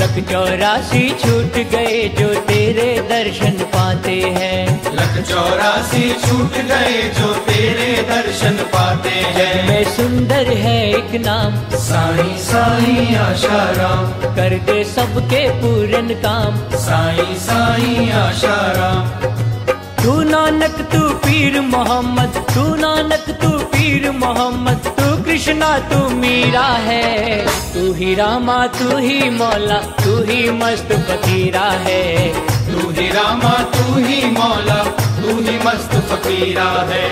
लख चौरासी छूट गए जो तेरे दर्शन पाते हैं लख चौरासी छूट गए जो तेरे दर्शन पाते हैं में सुंदर है एक नाम साईं साईं आशाराम कर दे सबके पूरन काम साईं साईं आशाराम तू नानक तू पीर मोहम्मद तू नानक तू पीर मोहम्मद तू कृष्णा तू मीरा है तू ही रामा तू ही मौला तू ही मस्त फकीरा है तू ही रामा तू ही मौला तू ही मस्त फकीरा है